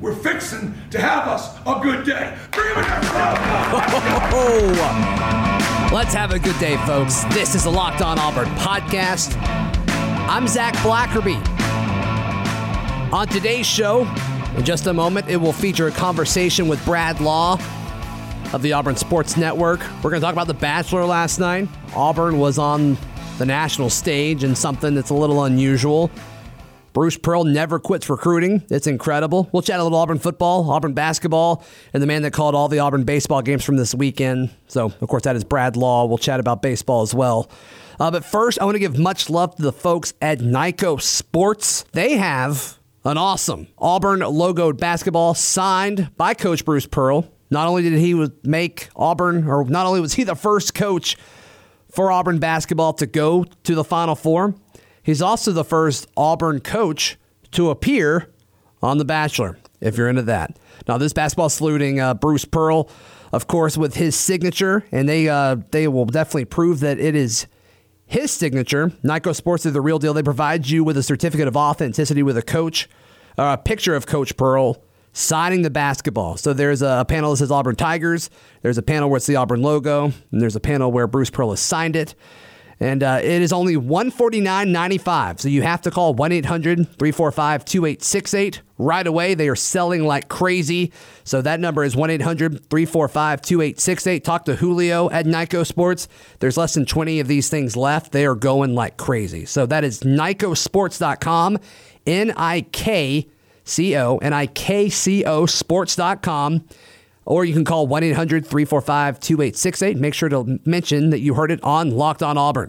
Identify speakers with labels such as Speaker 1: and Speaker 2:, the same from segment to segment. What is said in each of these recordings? Speaker 1: We're fixing to have us a good day. Bring 'em in here. Come on.
Speaker 2: Oh, let's have a good day, folks. This is the Locked On Auburn podcast. I'm Zach Blackerby. On today's show, in just a moment, it will feature a conversation with Brad Law of the Auburn Sports Network. We're going to talk about The Bachelor last night. Auburn was on the national stage and something that's a little unusual. Bruce Pearl never quits recruiting. It's incredible. We'll chat a little Auburn football, Auburn basketball, and the man that called all the Auburn baseball games from this weekend. So, of course, that is Brad Law. We'll chat about baseball as well. Uh, but first, I want to give much love to the folks at Nyko Sports. They have an awesome Auburn logoed basketball signed by Coach Bruce Pearl. Not only did he make Auburn, or not only was he the first coach for Auburn basketball to go to the Final Four, He's also the first Auburn coach to appear on The Bachelor, if you're into that. Now, this basketball saluting uh, Bruce Pearl, of course, with his signature, and they uh, they will definitely prove that it is his signature. Nyko Sports is the real deal. They provide you with a certificate of authenticity with a coach, uh, a picture of Coach Pearl signing the basketball. So there's a panel that says Auburn Tigers. There's a panel where it's the Auburn logo, and there's a panel where Bruce Pearl has signed it. And uh, it is only $149.95. So you have to call 1 800 345 2868 right away. They are selling like crazy. So that number is 1 800 345 2868. Talk to Julio at Nyko Sports. There's less than 20 of these things left. They are going like crazy. So that is NykoSports.com, N I K C O, N I K C O Sports.com or you can call 1 800 345 2868. Make sure to mention that you heard it on Locked On Auburn.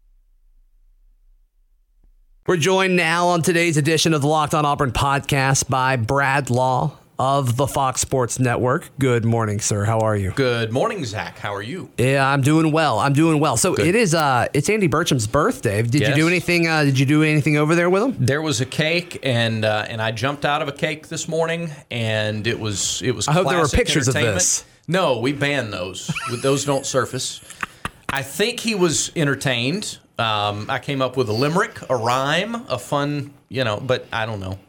Speaker 2: We're joined now on today's edition of the Locked On Auburn podcast by Brad Law of the Fox Sports Network. Good morning, sir. How are you?
Speaker 3: Good morning, Zach. How are you?
Speaker 2: Yeah, I'm doing well. I'm doing well. So
Speaker 3: Good.
Speaker 2: it is. Uh, it's Andy Burcham's birthday. Did you
Speaker 3: Yes.
Speaker 2: do anything? Uh, did you do anything over there with him?
Speaker 3: There was a cake, and uh, and I jumped out of a cake this morning, and it was it was.
Speaker 2: I hope there were
Speaker 3: classic
Speaker 2: pictures of
Speaker 3: entertainment.
Speaker 2: this.
Speaker 3: No, we banned those. those don't surface. I think he was entertained. Um, I came up with a limerick, a rhyme, a fun, you know, but I don't know.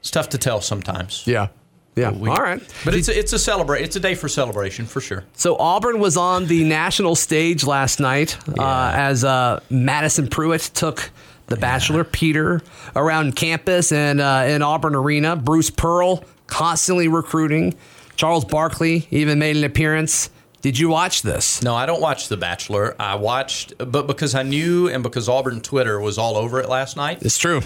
Speaker 3: It's tough to tell sometimes.
Speaker 2: Yeah. Yeah.
Speaker 3: We-
Speaker 2: All right.
Speaker 3: but it's a, it's a celebrate. It's a day for celebration for sure.
Speaker 2: So Auburn was on the national stage last night uh, as uh, Madison Pruitt took the Bachelor Peter around campus and uh, in Auburn Arena. Bruce Pearl constantly recruiting. Charles Barkley even made an appearance. Did you watch this?
Speaker 3: No, I don't watch The Bachelor. I watched, but because I knew, and because Auburn Twitter was all over it last night.
Speaker 2: It's true.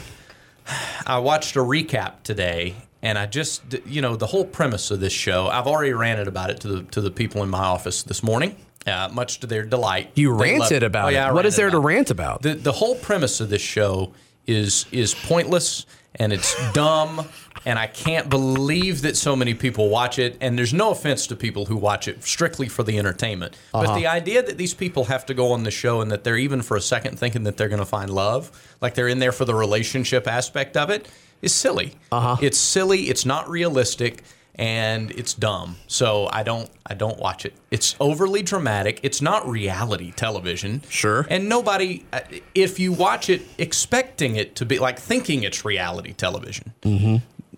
Speaker 3: I watched a recap today, and I just, you know, the whole premise of this show. I've already ranted about it to the to the people in my office this morning, uh, much to their delight.
Speaker 2: You
Speaker 3: They loved
Speaker 2: ranted about
Speaker 3: Oh, yeah, I
Speaker 2: it. What is
Speaker 3: ranted
Speaker 2: there to
Speaker 3: about it.
Speaker 2: rant about?
Speaker 3: The the whole premise of this show is is pointless and it's dumb. And I can't believe that so many people watch it. And there's no offense to people who watch it strictly for the entertainment. But the idea that these people have to go on the show and that they're even for a second thinking that they're going to find love, like they're in there for the relationship aspect of it, is silly. Uh-huh. It's silly. It's not realistic, and it's dumb. So I don't I don't watch it. It's overly dramatic. It's not reality television.
Speaker 2: Sure.
Speaker 3: And nobody, uh, if you watch it expecting it to be like thinking it's reality television,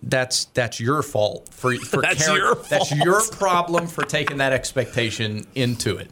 Speaker 3: that's that's your fault for
Speaker 2: Mm-hmm.
Speaker 3: for
Speaker 2: That's
Speaker 3: carry-
Speaker 2: your
Speaker 3: that's
Speaker 2: fault.
Speaker 3: your problem for taking that expectation into it.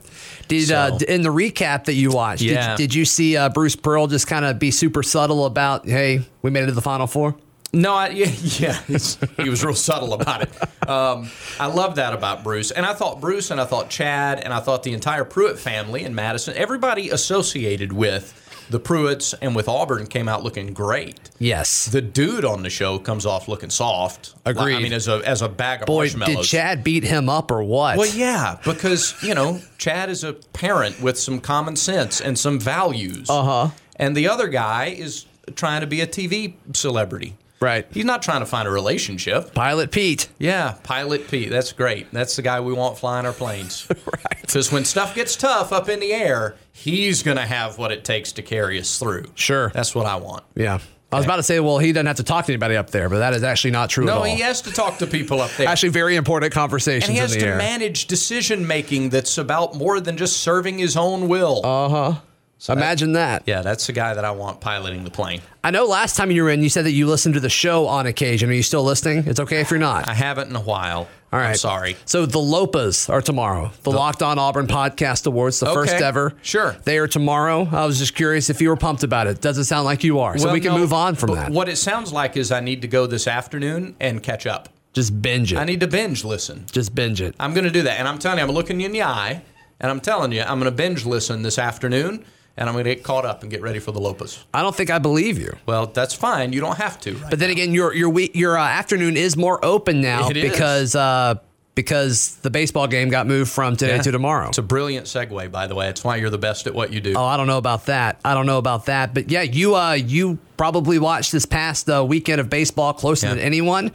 Speaker 2: Did uh,
Speaker 3: So-
Speaker 2: d- in the recap that you watched? did-
Speaker 3: Yeah.
Speaker 2: Did, you see uh, Bruce Pearl just kind of be super subtle about, hey, we made it to the final four?
Speaker 3: No, I, yeah, yeah. he's- he was real subtle about it. Um, I love that about Bruce, and I thought Bruce, and I thought Chad, and I thought the entire Pruitt family and Madison, everybody associated with the Pruitts and with Auburn, came out looking great.
Speaker 2: Yes.
Speaker 3: The dude on the show comes off looking soft. Like, I
Speaker 2: Agreed.
Speaker 3: mean, as a as a bag of
Speaker 2: Boy,
Speaker 3: marshmallows.
Speaker 2: did Chad beat him up or what?
Speaker 3: Well, yeah, because you know Chad is a parent with some common sense and some values.
Speaker 2: Uh-huh.
Speaker 3: Uh huh. And the other guy is trying to be a TV celebrity.
Speaker 2: Right.
Speaker 3: He's not trying to find a relationship.
Speaker 2: Pilot Pete.
Speaker 3: Yeah, Pilot Pete. That's great. That's the guy we want flying our planes. right. Because when stuff gets tough up in the air, he's going to have what it takes to carry us through.
Speaker 2: Sure.
Speaker 3: That's what I want.
Speaker 2: Yeah. I was about to say, well, he doesn't have to talk to anybody up there, but that is actually not true at
Speaker 3: No,
Speaker 2: all.
Speaker 3: he has to talk to people up there.
Speaker 2: Actually, very important conversations
Speaker 3: and he has
Speaker 2: in the
Speaker 3: to
Speaker 2: air.
Speaker 3: manage decision making that's about more than just serving his own will.
Speaker 2: Oh, Imagine that.
Speaker 3: Yeah, that's the guy that I want piloting the plane.
Speaker 2: I know last time you were in, you said that you listened to the show on occasion. Are you still listening? It's okay if you're not.
Speaker 3: I haven't in a while.
Speaker 2: All right.
Speaker 3: I'm sorry.
Speaker 2: So the Lopas are tomorrow. The Locked On Auburn Podcast Awards, the first
Speaker 3: Okay.
Speaker 2: ever.
Speaker 3: Sure.
Speaker 2: They are tomorrow. I was just curious if you were pumped about it. Doesn't sound like you are. So
Speaker 3: Well,
Speaker 2: we can
Speaker 3: no,
Speaker 2: move on from
Speaker 3: but
Speaker 2: that.
Speaker 3: What it sounds like is I need to go this afternoon and catch up.
Speaker 2: Just binge it.
Speaker 3: I need to binge listen.
Speaker 2: just binge it.
Speaker 3: I'm going to do that. And I'm telling you, I'm looking you in the eye and I'm telling you, I'm going to binge listen this afternoon and I'm going to get caught up and get ready for the Lopez.
Speaker 2: I don't think I believe you.
Speaker 3: Well, that's fine. You don't have to.
Speaker 2: But then again, your your week, your uh, afternoon is more open now
Speaker 3: It is.
Speaker 2: because uh, because the baseball game got moved from today to tomorrow.
Speaker 3: It's a brilliant segue, by the way. It's why you're the best at what you do.
Speaker 2: Oh, I don't know about that. I don't know about that. But yeah, you uh, you probably watched this past uh, weekend of baseball closer
Speaker 3: Yeah.
Speaker 2: than anyone.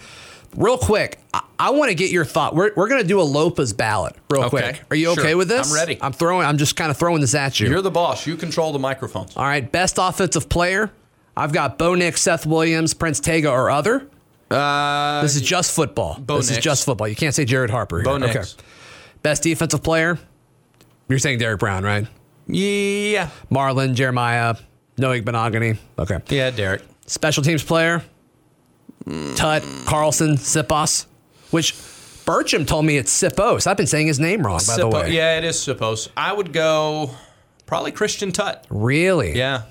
Speaker 2: Real quick, I, I want to get your thought. We're, we're going to do a Lopez ballot real
Speaker 3: Okay.
Speaker 2: quick. Are you
Speaker 3: Sure.
Speaker 2: okay with this?
Speaker 3: I'm ready.
Speaker 2: I'm throwing. I'm just kind of throwing this at you.
Speaker 3: You're the boss. You control the microphones.
Speaker 2: All right, best offensive player. I've got Bo Nix, Seth Williams, Prince Tega, or other. Uh, this is just football.
Speaker 3: Bo
Speaker 2: this is
Speaker 3: Nix.
Speaker 2: just football. You can't say Jared Harper. Here.
Speaker 3: Bo Nix.
Speaker 2: Best defensive player. You're saying Derek Brown, right?
Speaker 3: Yeah.
Speaker 2: Marlin, Jeremiah, Noah Benogany. Okay.
Speaker 3: Yeah, Derek.
Speaker 2: Special teams player, Tut, Carlson, Sipos, which Bertram told me it's Sipos. I've been saying his name wrong, by the
Speaker 3: Suppo-
Speaker 2: way.
Speaker 3: Yeah, it is supposed. I would go probably Christian Tut.
Speaker 2: Really?
Speaker 3: Yeah.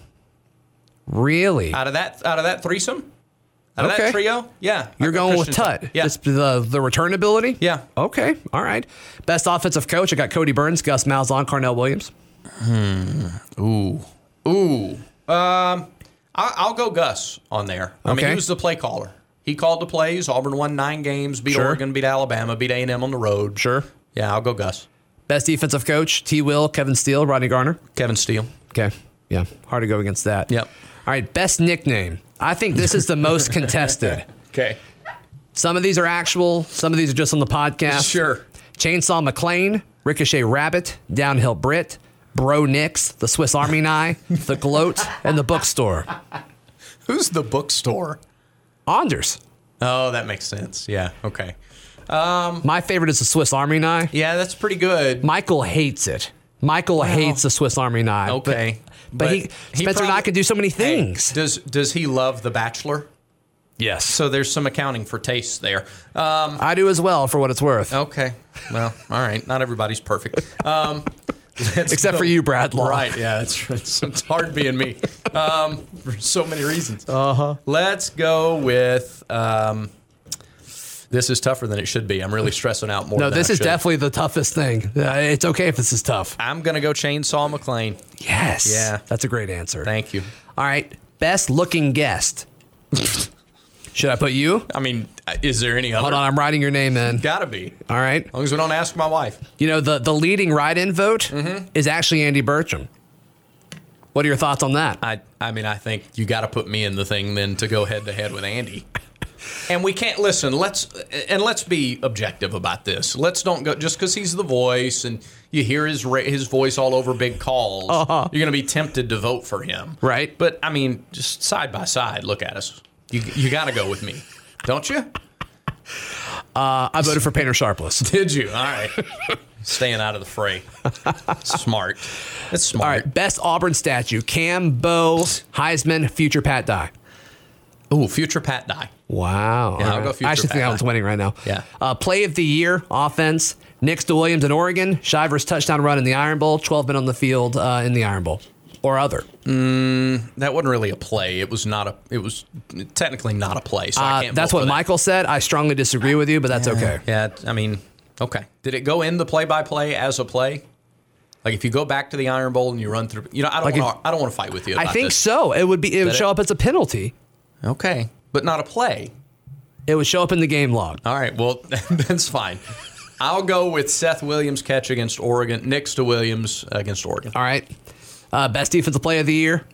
Speaker 2: Really?
Speaker 3: Out of that out of that threesome? Out of
Speaker 2: Okay.
Speaker 3: that trio? Yeah.
Speaker 2: You're
Speaker 3: I'd go
Speaker 2: going with
Speaker 3: Christian
Speaker 2: Tut.
Speaker 3: Yeah.
Speaker 2: Just the, the return ability?
Speaker 3: Yeah.
Speaker 2: Okay. All right. Best offensive coach. I got Cody Burns, Gus Malzahn, Carnell Williams.
Speaker 3: Ooh. Ooh. Um I I'll go Gus on there. I mean,
Speaker 2: Okay.
Speaker 3: he was the play caller. He called the plays. Auburn won nine games, beat
Speaker 2: Sure.
Speaker 3: Oregon, beat Alabama, beat A&M on the road.
Speaker 2: Sure.
Speaker 3: Yeah, I'll go Gus.
Speaker 2: Best defensive coach, T. Will, Kevin Steele, Rodney Garner.
Speaker 3: Kevin Steele.
Speaker 2: Okay. Yeah. Hard to go against that.
Speaker 3: Yep.
Speaker 2: All right. Best nickname. I think this is the most contested.
Speaker 3: Okay.
Speaker 2: Some of these are actual, some of these are just on the podcast.
Speaker 3: Sure.
Speaker 2: Chainsaw McLean, Ricochet Rabbit, Downhill Brit, Bro Nix, The Swiss Army Knife, The Gloat, and The Bookstore.
Speaker 3: Who's the bookstore?
Speaker 2: Anders.
Speaker 3: Oh, that makes sense. Yeah. Okay.
Speaker 2: My favorite is The Swiss Army Knife.
Speaker 3: Yeah, that's pretty good.
Speaker 2: Michael hates it. Michael hates the Swiss Army Knife. but-
Speaker 3: Okay.
Speaker 2: But, he, Spencer and I
Speaker 3: probably-
Speaker 2: can do so many
Speaker 3: Hey,
Speaker 2: things.
Speaker 3: does does he love The Bachelor?
Speaker 2: yes.
Speaker 3: So there's some accounting for tastes there. Um,
Speaker 2: I do as well, for what it's worth.
Speaker 3: okay. Well, all right. Not everybody's perfect. Um, that's
Speaker 2: Except
Speaker 3: the-
Speaker 2: for you, Brad Law.
Speaker 3: Right. Yeah. It's, it's, it's hard being me um, for so many reasons. Uh huh.
Speaker 2: Uh-huh.
Speaker 3: Let's go with. Um, this is tougher than it should be. I'm really stressing out more.
Speaker 2: No,
Speaker 3: than
Speaker 2: this
Speaker 3: I
Speaker 2: is
Speaker 3: should.
Speaker 2: definitely the toughest thing. Uh, it's okay if this is tough.
Speaker 3: I'm gonna go chainsaw McLean.
Speaker 2: Yes.
Speaker 3: Yeah.
Speaker 2: That's a great answer.
Speaker 3: Thank you.
Speaker 2: All right. Best looking guest. Should I put you?
Speaker 3: I mean, is there any other?
Speaker 2: Hold on, I'm writing your name in.
Speaker 3: Gotta be. As
Speaker 2: All right.
Speaker 3: long as we don't ask my wife.
Speaker 2: You know, the, the leading write in vote
Speaker 3: Mm-hmm.
Speaker 2: is actually Andy Bertram. What are your thoughts on that?
Speaker 3: I, I mean, I think you got to put me in the thing then to go head to head with Andy. And we can't listen. Let's and let's be objective about this. Let's don't go just because he's the voice and you hear his ra- his voice all over big calls. You're going to be tempted to vote for him,
Speaker 2: Uh-huh. Right.
Speaker 3: But I mean, just side by side, look at us. You you got to go with me, don't you?
Speaker 2: I voted for Painter Sharpless.
Speaker 3: Did you? All right, staying out of the fray. Smart. That's
Speaker 2: All
Speaker 3: smart.
Speaker 2: right. Best Auburn statue Cam, Bo, Heisman, future Pat Dye.
Speaker 3: Ooh, future Pat Dye.
Speaker 2: Wow.
Speaker 3: Yeah, I'll
Speaker 2: All
Speaker 3: go future
Speaker 2: I should think
Speaker 3: Pat.
Speaker 2: that one's winning right now.
Speaker 3: Yeah.
Speaker 2: Uh, play of the year offense. Nix to Williams in Oregon. Shivers touchdown run in the Iron Bowl. 12 men on the field uh, in the Iron Bowl or other.
Speaker 3: That wasn't really a play. It was not a. It was technically not a play. So I
Speaker 2: Uh,
Speaker 3: can't.
Speaker 2: that's
Speaker 3: vote
Speaker 2: what
Speaker 3: for that.
Speaker 2: Michael said. I strongly disagree with you, but that's okay.
Speaker 3: Yeah, I mean, okay. Did it go in the play-by-play as a play? Like if you go back to the Iron Bowl and you run through, you know, I don't
Speaker 2: Like
Speaker 3: want to. I don't want to fight with you.
Speaker 2: I
Speaker 3: about
Speaker 2: think
Speaker 3: this.
Speaker 2: so. It would be it would
Speaker 3: Did it?
Speaker 2: show up as a penalty.
Speaker 3: Okay, but not a play.
Speaker 2: It would show up in the game log.
Speaker 3: All right. Well, that's fine. I'll go with Seth Williams catch against Oregon. Next to Williams against Oregon.
Speaker 2: All right. Uh, best defensive play of the year.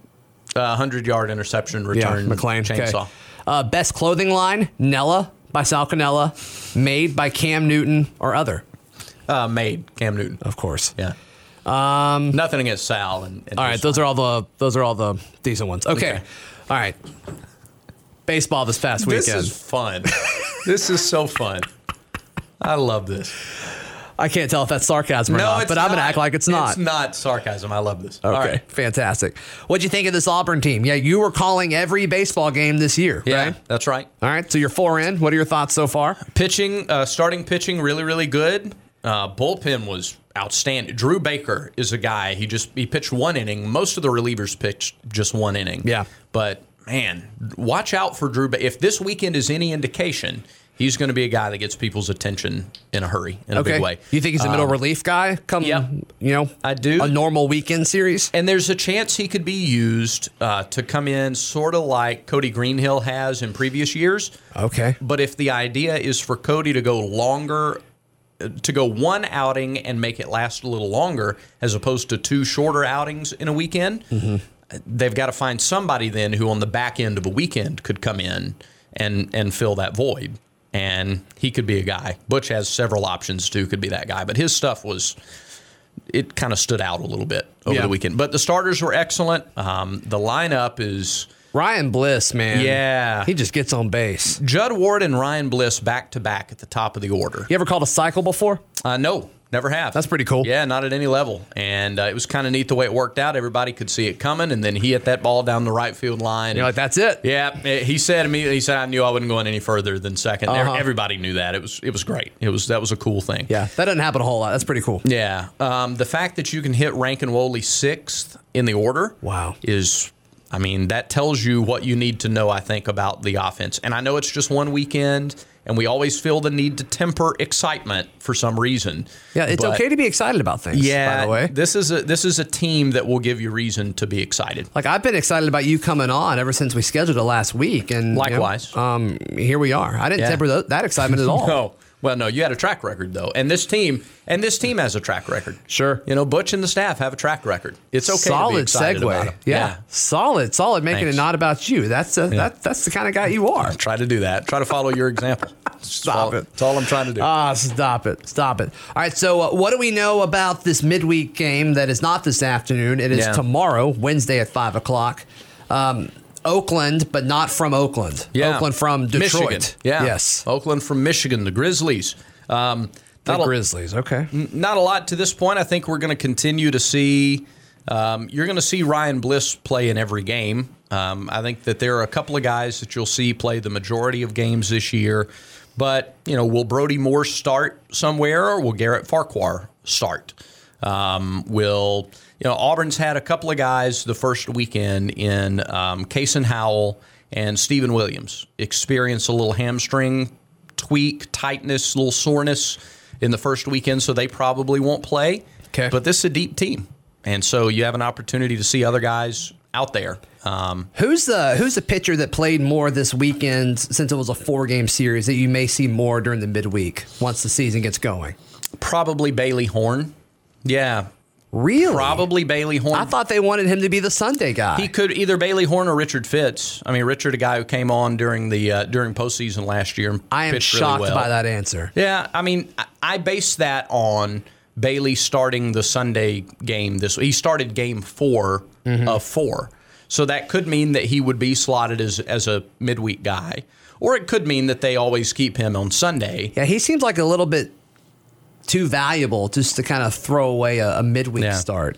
Speaker 3: Uh, hundred yard interception return.
Speaker 2: McLean. okay.
Speaker 3: chainsaw.
Speaker 2: Uh, best clothing line, Nella by Sal Canella, made by Cam Newton or other,
Speaker 3: Uh, made Cam Newton.
Speaker 2: of course.
Speaker 3: Yeah. Um, Nothing against Sal. And, and
Speaker 2: All right,
Speaker 3: his-
Speaker 2: those are all the those are all the decent ones. Okay.
Speaker 3: Okay.
Speaker 2: All right. Baseball this past
Speaker 3: This
Speaker 2: weekend.
Speaker 3: is fun. this is so fun. I love this.
Speaker 2: I can't tell if that's sarcasm or
Speaker 3: No,
Speaker 2: not,
Speaker 3: it's
Speaker 2: but I'm gonna
Speaker 3: not.
Speaker 2: act like it's not.
Speaker 3: It's not sarcasm. I love this.
Speaker 2: Okay,
Speaker 3: All right.
Speaker 2: fantastic. What'd you think of this Auburn team? Yeah, you were calling every baseball game this year,
Speaker 3: Yeah,
Speaker 2: right?
Speaker 3: that's right.
Speaker 2: All right, so you're four in. What are your thoughts so far?
Speaker 3: Pitching, uh, starting pitching, really, really good. Uh, bullpen was outstanding. Drew Baker is a guy. He just he pitched one inning. Most of the relievers pitched just one inning.
Speaker 2: Yeah.
Speaker 3: but man, watch out for Drew. Ba- if this weekend is any indication, he's going to be a guy that gets people's attention in a hurry, in a
Speaker 2: Okay,
Speaker 3: big way. Um,
Speaker 2: you think he's a middle relief guy? Come,
Speaker 3: yeah.
Speaker 2: you know,
Speaker 3: I do.
Speaker 2: a normal weekend series.
Speaker 3: And there's a chance he could be used uh, to come in, sort of like Cody Greenhill has in previous years.
Speaker 2: Okay,
Speaker 3: But if the idea is for Cody to go longer, uh, to go one outing and make it last a little longer, as opposed to two shorter outings in a weekend, uh, they've got to find somebody then who, on the back end of a weekend, could come in and and fill that void. And he could be a guy. Butch has several options too. Could be that guy, but his stuff was it kind of stood out a little bit over
Speaker 2: Yeah.
Speaker 3: the weekend. But the starters were excellent. Um, the lineup is.
Speaker 2: Ryan Bliss, man.
Speaker 3: Yeah.
Speaker 2: he just gets on base.
Speaker 3: Judd Ward and Ryan Bliss back to back at the top of the order.
Speaker 2: You ever called a cycle before?
Speaker 3: Uh, no, never have.
Speaker 2: That's pretty cool.
Speaker 3: Yeah, not at any level. And uh, it was kind of neat the way it worked out. Everybody could see it coming, and then he hit that ball down the right field line.
Speaker 2: You're like, that's it.
Speaker 3: yeah, eh, he said immediately. He said, "I knew I wasn't going any further than 2nd
Speaker 2: Uh-huh.
Speaker 3: Everybody knew that. It was it was great. It was that was a cool thing.
Speaker 2: Yeah, that doesn't happen a whole lot. That's pretty cool.
Speaker 3: yeah. Um, the fact that you can hit Rankin Woley sixth in the order,
Speaker 2: Wow.
Speaker 3: is I mean, that tells you what you need to know, I think, about the offense. And I know it's just one weekend, and we always feel the need to temper excitement for some reason.
Speaker 2: Yeah, it's
Speaker 3: But,
Speaker 2: okay to be excited about things.
Speaker 3: Yeah,
Speaker 2: by the way,
Speaker 3: this is a this is a team that will give you reason to be excited.
Speaker 2: like I've been excited about you coming on ever since we scheduled it last week, and you know,
Speaker 3: Likewise.
Speaker 2: um, here we are. I didn't
Speaker 3: Yeah.
Speaker 2: temper tho- that excitement at all.
Speaker 3: No. Well, no, you had a track record though, and this team and this team has a track record.
Speaker 2: Sure.
Speaker 3: you know Butch and the staff have a track record. It's okay. to be
Speaker 2: solid
Speaker 3: excited
Speaker 2: segue.
Speaker 3: about 'em.
Speaker 2: yeah. solid, solid. Making
Speaker 3: Thanks.
Speaker 2: it not about you. That's a, that, that's the kind of guy you are.
Speaker 3: try to do that. Try to follow your example. Stop
Speaker 2: it.
Speaker 3: That's all I'm trying to do.
Speaker 2: Ah, stop it, stop it. All right. So, uh, what do we know about this midweek game that is not this afternoon? It is
Speaker 3: Yeah.
Speaker 2: tomorrow, Wednesday at five o'clock. Um, Oakland, but not from Oakland. Oakland from Detroit.
Speaker 3: Michigan. Yeah. Oh,
Speaker 2: Yes.
Speaker 3: Oakland from Michigan, the Grizzlies. Um,
Speaker 2: The
Speaker 3: not, a,
Speaker 2: Grizzlies. Okay.
Speaker 3: not a lot to this point. I think we're going to continue to see. Um, you're going to see Ryan Bliss play in every game. Um, I think that there are a couple of guys that you'll see play the majority of games this year. But, you know, will Brody Moore start somewhere or will Garrett Farquhar start? Um, will, you know, Auburn's had a couple of guys the first weekend in um, Kaysen Howell and Stephen Williams experience a little hamstring tweak, tightness, little soreness in the first weekend, so they probably won't play.
Speaker 2: Okay.
Speaker 3: But this is a deep team, and so you have an opportunity to see other guys out there. Um,
Speaker 2: Who's the Who's the pitcher that played more this weekend since it was a four game series that you may see more during the midweek once the season gets going?
Speaker 3: probably Bailey Horn. Yeah,
Speaker 2: Really?
Speaker 3: probably Bailey Horn.
Speaker 2: I thought they wanted him to be the Sunday guy.
Speaker 3: he could either Bailey Horn or Richard Fitz. I mean, Richard, a guy who came on during the uh, during postseason last year. and
Speaker 2: I am
Speaker 3: pitched really
Speaker 2: shocked
Speaker 3: well.
Speaker 2: by that answer.
Speaker 3: Yeah, I mean, I- I base that on Bailey starting the Sunday game. This he started game 4
Speaker 2: Mm-hmm.
Speaker 3: of four, so that could mean that he would be slotted as as a midweek guy, or it could mean that they always keep him on Sunday.
Speaker 2: Yeah, he seems like a little bit too valuable just to kind of throw away a, a midweek
Speaker 3: Yeah.
Speaker 2: start.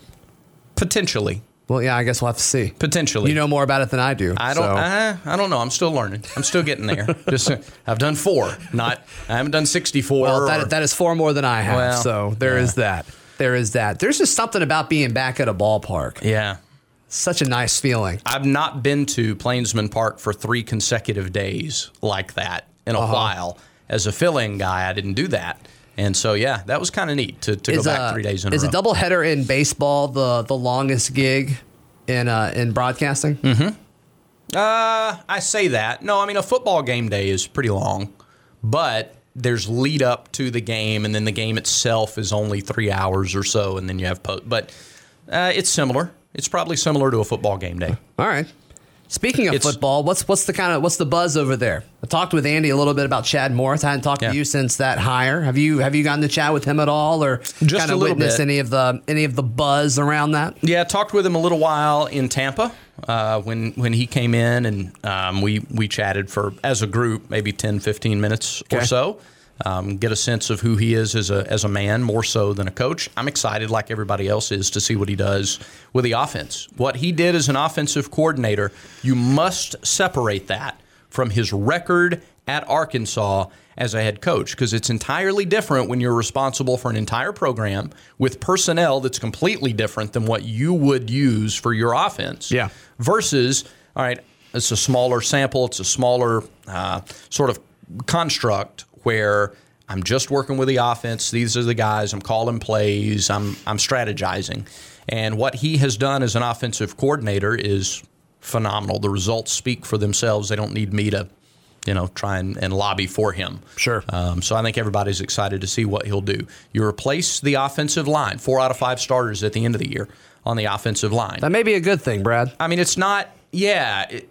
Speaker 3: Potentially,
Speaker 2: Well, yeah, I guess we'll have to see.
Speaker 3: Potentially.
Speaker 2: You know more about it than I do.
Speaker 3: I don't.
Speaker 2: so-
Speaker 3: I, I don't know. I'm still learning. I'm still getting there. Just uh, I've done four. Not I haven't done 64.
Speaker 2: well,
Speaker 3: or-
Speaker 2: that, that is far more than I have.
Speaker 3: Well,
Speaker 2: so there is that. There is that. There's just something about being back at a ballpark.
Speaker 3: yeah.
Speaker 2: Such a nice feeling.
Speaker 3: I've not been to Plainsman Park for three consecutive days like that in a
Speaker 2: Uh-huh.
Speaker 3: while. As a fill-in guy, I didn't do that, and so yeah, that was kind of neat to, to go back three days in
Speaker 2: is
Speaker 3: a
Speaker 2: a
Speaker 3: row.
Speaker 2: doubleheader in baseball the the longest gig in uh, in broadcasting?
Speaker 3: I say that. No, I mean a football game day is pretty long, but there's lead up to the game, and then the game itself is only three hours or so, and then you have post. But uh, it's similar. It's probably similar to a football game day.
Speaker 2: All right. Speaking of
Speaker 3: It's-
Speaker 2: football, what's what's the kind of what's the buzz over there? I talked with Andy a little bit about Chad Morris. I hadn't talked
Speaker 3: Yeah.
Speaker 2: to you since that hire. Have you have you gotten to chat with him at all, or
Speaker 3: Just
Speaker 2: kind
Speaker 3: a
Speaker 2: of
Speaker 3: little
Speaker 2: witnessed
Speaker 3: bit.
Speaker 2: any of the any of the buzz around that?
Speaker 3: Yeah, I talked with him a little while in Tampa uh, when when he came in, and um, we we chatted for as a group maybe 10, 15 minutes or
Speaker 2: Okay.
Speaker 3: so. Um, get a sense of who he is as a as a man more so than a coach. I'm excited, like everybody else is, to see what he does with the offense. What he did as an offensive coordinator, you must separate that from his record at Arkansas as a head coach because it's entirely different when you're responsible for an entire program with personnel that's completely different than what you would use for your offense.
Speaker 2: Yeah.
Speaker 3: Versus, all right, it's a smaller sample, it's a smaller uh, sort of construct where I'm just working with the offense. These are the guys I'm calling plays. I'm I'm strategizing, and what he has done as an offensive coordinator is phenomenal. The results speak for themselves. They don't need me to, you know, try and, and lobby for him.
Speaker 2: Sure.
Speaker 3: Um, so I think everybody's excited to see what he'll do. You replace the offensive line, four out of five starters at the end of the year on the offensive line.
Speaker 2: That may be a good thing, Brad.
Speaker 3: I mean, it's not. Yeah, it-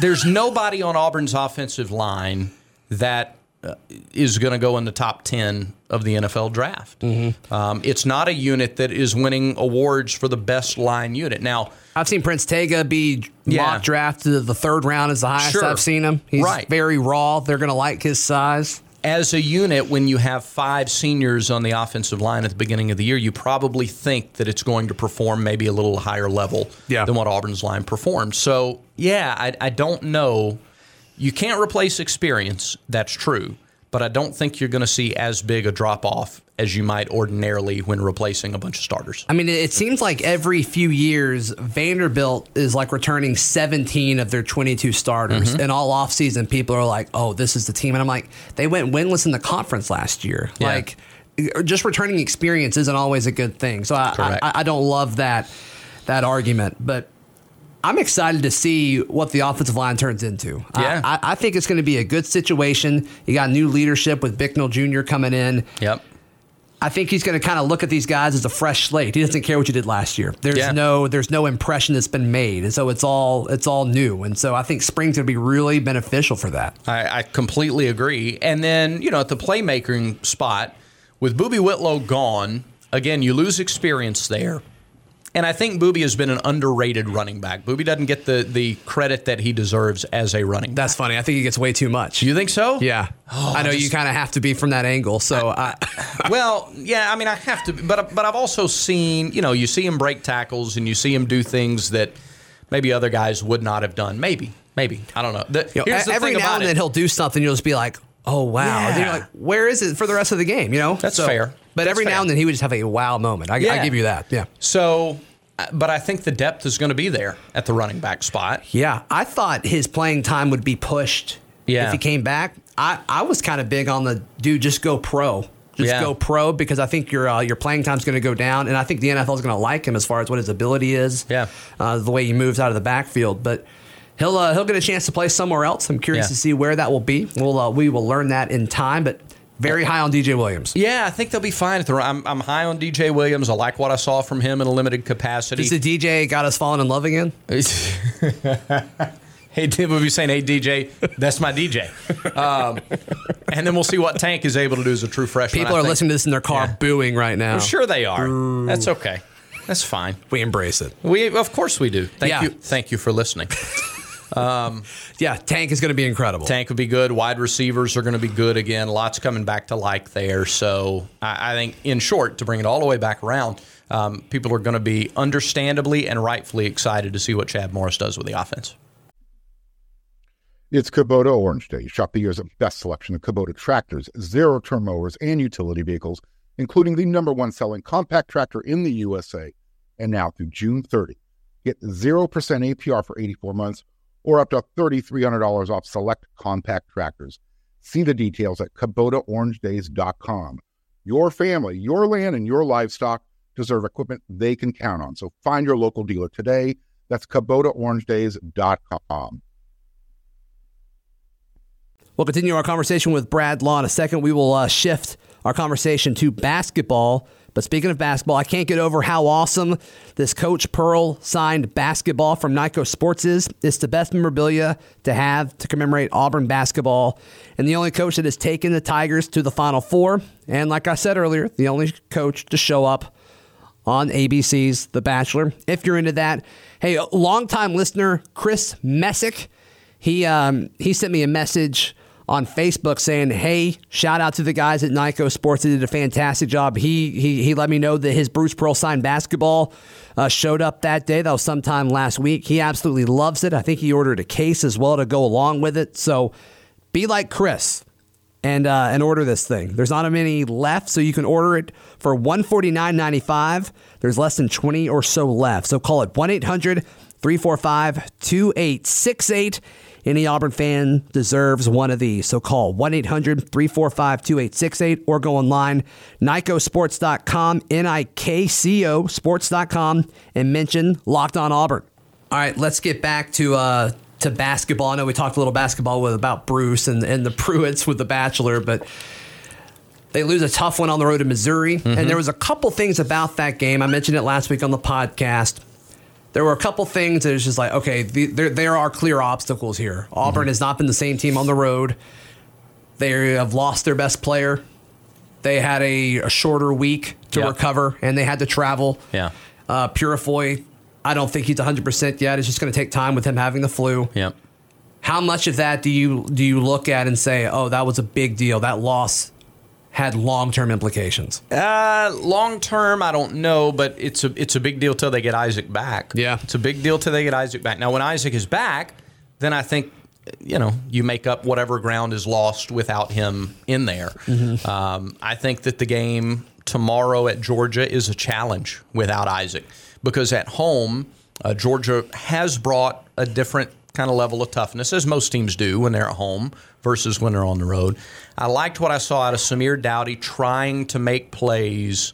Speaker 3: there's nobody on Auburn's offensive line that uh, is going to go in the top ten of the NFL draft. Um, it's not a unit that is winning awards for the best line unit. Now,
Speaker 2: I've seen Prince Tega be
Speaker 3: Yeah.
Speaker 2: mock drafted to the third round is the highest
Speaker 3: Sure.
Speaker 2: I've seen him. He's
Speaker 3: Right.
Speaker 2: very raw. They're going to like his size.
Speaker 3: as a unit, when you have five seniors on the offensive line at the beginning of the year, you probably think that it's going to perform maybe a little higher level
Speaker 2: Yeah.
Speaker 3: than what Auburn's line performed. So, yeah, I, I don't know. You can't replace experience. That's true. But I don't think you're going to see as big a drop off as you might ordinarily when replacing a bunch of starters.
Speaker 2: I mean, it it seems like every few years Vanderbilt is like returning 17 of their 22 starters,
Speaker 3: Mm-hmm.
Speaker 2: and all offseason people are like, "Oh, this is the team," and I'm like, "They went winless in the conference last year."
Speaker 3: Yeah.
Speaker 2: Like, er, just returning experience isn't always a good thing. So I, I,
Speaker 3: Correct.
Speaker 2: I don't love that that argument, but. I'm excited to see what the offensive line turns into. I-
Speaker 3: Yeah.
Speaker 2: I, I think it's going to be a good situation. You got new leadership with Bicknell Jr. coming in.
Speaker 3: Yep.
Speaker 2: I think he's going to kind of look at these guys as a fresh slate. He doesn't care what you did last year. There's
Speaker 3: Yeah.
Speaker 2: no there's no impression that's been made, and so it's all it's all new. And so I think spring's going to be really beneficial for that.
Speaker 3: I, I completely agree. And then, you know, at the playmaking spot, with Booby Whitlow gone, again, you lose experience there. And I think Booby has been an underrated running back. Booby doesn't get the, the credit that he deserves as a running back.
Speaker 2: That's funny. I think he gets way too much.
Speaker 3: You think so?
Speaker 2: yeah, I know
Speaker 3: I
Speaker 2: you
Speaker 3: just-
Speaker 2: kind of have to be from that angle. So Oh, I,
Speaker 3: well, yeah, I mean, I have to, but but I've also seen, you know, you see him break tackles and you see him do things that maybe other guys would not have done. Maybe, maybe I don't know. The,
Speaker 2: you know, e-
Speaker 3: here's the
Speaker 2: every
Speaker 3: thing
Speaker 2: now
Speaker 3: about
Speaker 2: and
Speaker 3: it.
Speaker 2: then he'll do something. You'll just be like, oh wow. And you're
Speaker 3: Yeah.
Speaker 2: like, where is it for the rest of the game? You know,
Speaker 3: That's fair.
Speaker 2: But
Speaker 3: That's
Speaker 2: every
Speaker 3: fair.
Speaker 2: now and then he would just have a wow moment. I, I
Speaker 3: Yeah.
Speaker 2: give you that. Yeah.
Speaker 3: So, uh, but I think the depth is going to be there at the running back spot.
Speaker 2: Yeah, I thought his playing time would be pushed
Speaker 3: Yeah.
Speaker 2: if he came back. I, I was kind of big on the dude just go pro, just
Speaker 3: Yeah.
Speaker 2: go pro because I think your uh, your playing time's going to go down, and I think the NFL is going to like him as far as what his ability is.
Speaker 3: Yeah.
Speaker 2: uh, the way he moves out of the backfield, but. He'll, uh, he'll get a chance to play somewhere else. I'm curious
Speaker 3: Yeah.
Speaker 2: to see where that will be. We'll, uh, we will learn that in time, but very high on DJ Williams.
Speaker 3: Yeah, I think they'll be fine. At the, run- I'm, I'm high on DJ Williams. I like what I saw from him in a limited capacity.
Speaker 2: Is the DJ got us falling in love again?
Speaker 3: hey, Tim would be saying, hey, DJ, that's my DJ. Um, and then we'll see what Tank is able to do as a true freshman.
Speaker 2: People
Speaker 3: I
Speaker 2: are
Speaker 3: think-
Speaker 2: listening to this in their car
Speaker 3: Yeah.
Speaker 2: booing right now.
Speaker 3: I'm sure they are. That's okay. That's fine.
Speaker 2: We embrace it.
Speaker 3: We of course we do. Thank
Speaker 2: Yeah.
Speaker 3: you. Thank you for listening.
Speaker 2: Yeah, Tank is going to be incredible.
Speaker 3: Tank would be good. Wide receivers are going to be good again. Lots coming back to like there. So I, I think, in short, to bring it all the way back around, um, people are going to be understandably and rightfully excited to see what Chad Morris does with the offense.
Speaker 4: It's Kubota Orange Day. Shop the year's best selection of Kubota tractors, zero turn mowers, and utility vehicles, including the number one selling compact tractor in the USA. And now through June 30, get 0% APR for 84 months or up to $3,300 off select compact tractors. See the details at KubotaOrangeDays.com. Your family, your land, and your livestock deserve equipment they can count on. So find your local dealer today. That's KubotaOrangeDays.com.
Speaker 2: We'll continue our conversation with Brad Law in a second. We will uh, shift our conversation to basketball. But speaking of basketball, I can't get over how awesome this Coach Pearl signed basketball from Nyko Sports is. It's the best memorabilia to have to commemorate Auburn basketball, and the only coach that has taken the Tigers to the Final Four. And like I said earlier, the only coach to show up on ABC's The Bachelor. If you're into that, hey, longtime listener Chris Messick, he um, he sent me a message on Facebook saying, "Hey, shout out to the guys at Nyko Sports. They did a fantastic job. He he, he let me know that his Bruce Pearl signed basketball uh, showed up that day. That was sometime last week. He absolutely loves it. I think he ordered a case as well to go along with it. So be like Chris." And, uh, and order this thing. There's not many left, so you can order it for 149.95. There's less than 20 or so left. So call it 1 800 345 2868. Any Auburn fan deserves one of these. So call 1 800 345 2868 or go online, nicosports.com, N I K C O sports.com, and mention Locked On Auburn. All right, let's get back to. Uh, to basketball. I know we talked a little basketball with about Bruce and, and the Pruitts with The Bachelor, but they lose a tough one on the road to Missouri. Mm-hmm. And there was a couple things about that game. I mentioned it last week on the podcast there were a couple things that was just like, okay, the, there, there are clear obstacles here. Auburn mm-hmm. has not been the same team on the road. They have lost their best player. They had a, a shorter week to yep. recover, and they had to travel.
Speaker 3: Yeah.
Speaker 2: Uh, Purifoy, I don't think he's 100% yet. It's just going to take time with him having the flu.
Speaker 3: Yep.
Speaker 2: How much of that do you do you look at and say, oh, that was a big deal? That loss had long term implications?
Speaker 3: Uh, long term, I don't know, but it's a it's a big deal till they get Isaac back.
Speaker 2: Yeah,
Speaker 3: it's a big deal till they get Isaac back. Now, when Isaac is back, then I think you know you make up whatever ground is lost without him in there. Mm-hmm. Um, I think that the game tomorrow at Georgia is a challenge without Isaac because at home uh, Georgia has brought a different kind of level of toughness, as most teams do when they're at home versus when they're on the road. I liked what I saw out of Samir Dowdy trying to make plays,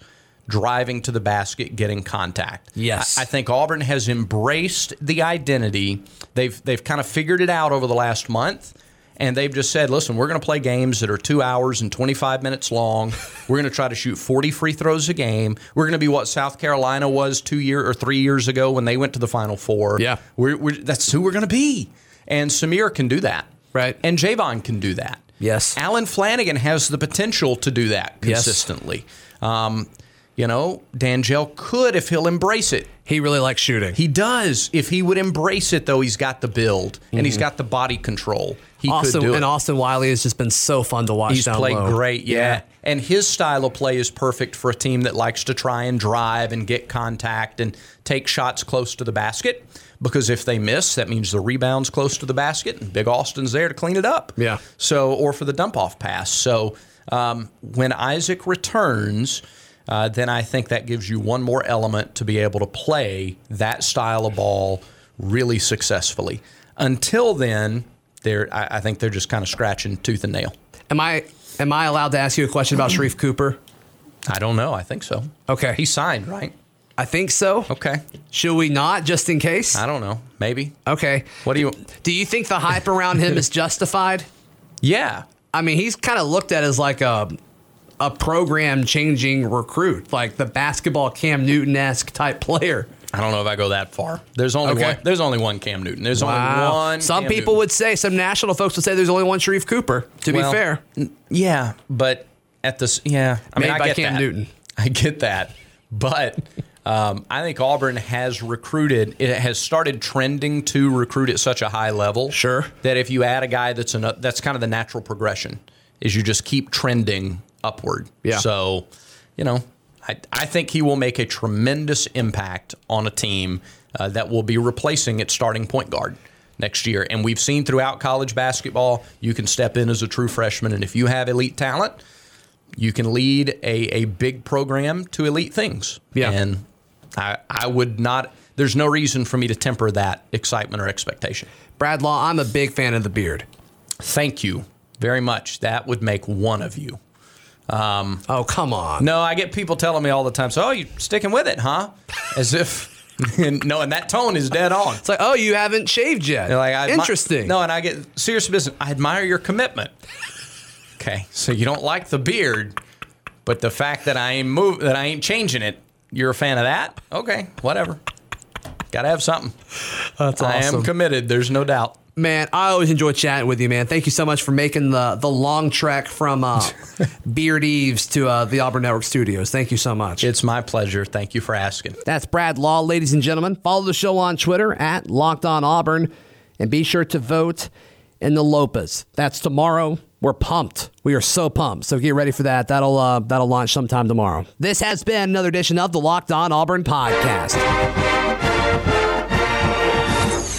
Speaker 3: driving to the basket, getting contact.
Speaker 2: Yes.
Speaker 3: I, I, think Auburn has embraced the identity. They've they've kind of figured it out over the last month. And they've just said, listen, we're going to play games that are two hours and 25 minutes long. We're going to try to shoot 40 free throws a game. We're going to be what South Carolina was two year or three years ago when they went to the Final Four.
Speaker 2: Yeah,
Speaker 3: we're, we're, that's who we're going to be. And Samir can do that,
Speaker 2: right?
Speaker 3: And Javon can do that.
Speaker 2: Yes,
Speaker 3: Alan Flanagan has the potential to do that consistently. Yes. Um, you know, Dangel could if he'll embrace it.
Speaker 2: He really likes shooting.
Speaker 3: He does. If he would embrace it, though, he's got the build and mm-hmm. he's got the body control. He
Speaker 2: Austin,
Speaker 3: could do it.
Speaker 2: And Austin Wiley has just been so fun to watch.
Speaker 3: He's played
Speaker 2: low.
Speaker 3: great, yeah. yeah. And his style of play is perfect for a team that likes to try and drive and get contact and take shots close to the basket. Because if they miss, that means the rebound's close to the basket, and Big Austin's there to clean it up.
Speaker 2: Yeah.
Speaker 3: So, or for the dump off pass. So, um, when Isaac returns. Uh, then I think that gives you one more element to be able to play that style of ball really successfully. Until then, they're I, I think they're just kind of scratching tooth and nail.
Speaker 2: Am I am I allowed to ask you a question about Sharif Cooper?
Speaker 3: I don't know. I think so.
Speaker 2: Okay,
Speaker 3: he signed right.
Speaker 2: I think so.
Speaker 3: Okay.
Speaker 2: Should we not, just in case?
Speaker 3: I don't know. Maybe.
Speaker 2: Okay.
Speaker 3: What do you?
Speaker 2: Do you think the hype around him is justified?
Speaker 3: Yeah.
Speaker 2: I mean, he's kind of looked at as like a a program changing recruit, like the basketball Cam Newton esque type player.
Speaker 3: I don't know if I go that far. There's only okay. one. There's only one Cam Newton. There's wow. only one.
Speaker 2: Some
Speaker 3: Cam
Speaker 2: people
Speaker 3: Newton.
Speaker 2: would say some national folks would say there's only one Sharif Cooper. To well, be fair,
Speaker 3: yeah, but at this, yeah,
Speaker 2: I Made mean, I get Cam
Speaker 3: that.
Speaker 2: Newton.
Speaker 3: I get that, but. Um, I think Auburn has recruited. It has started trending to recruit at such a high level.
Speaker 2: Sure.
Speaker 3: That if you add a guy that's an, that's kind of the natural progression, is you just keep trending upward.
Speaker 2: Yeah.
Speaker 3: So, you know, I, I think he will make a tremendous impact on a team uh, that will be replacing its starting point guard next year. And we've seen throughout college basketball, you can step in as a true freshman, and if you have elite talent, you can lead a, a big program to elite things.
Speaker 2: Yeah.
Speaker 3: And I, I would not, there's no reason for me to temper that excitement or expectation.
Speaker 2: Brad Law, I'm a big fan of the beard.
Speaker 3: Thank you very much. That would make one of you.
Speaker 2: Oh, come on.
Speaker 3: No, I get people telling me all the time, so, oh, you sticking with it, huh? As if, and, no, and that tone is dead on.
Speaker 2: It's like, oh, you haven't shaved yet.
Speaker 3: They're like, I admi-
Speaker 2: Interesting.
Speaker 3: no, and I get serious business. I admire your commitment. Okay, so you don't like the beard, but the fact that I ain't move that I ain't changing it, you're a fan of that. Okay, whatever. Got to have something.
Speaker 2: that's
Speaker 3: I am committed. There's no doubt.
Speaker 2: Man, I always enjoy chatting with you, man. Thank you so much for making the the long trek from uh, Beard Eves to uh, the Auburn Network Studios. Thank you so much.
Speaker 3: It's my pleasure. Thank you for asking.
Speaker 2: That's Brad Law, ladies and gentlemen. Follow the show on Twitter at Locked On Auburn, and be sure to vote in the Lopas. That's tomorrow. We're pumped. We are so pumped. So get ready for that. That'll uh, that'll launch sometime tomorrow. This has been another edition of the Locked On Auburn podcast.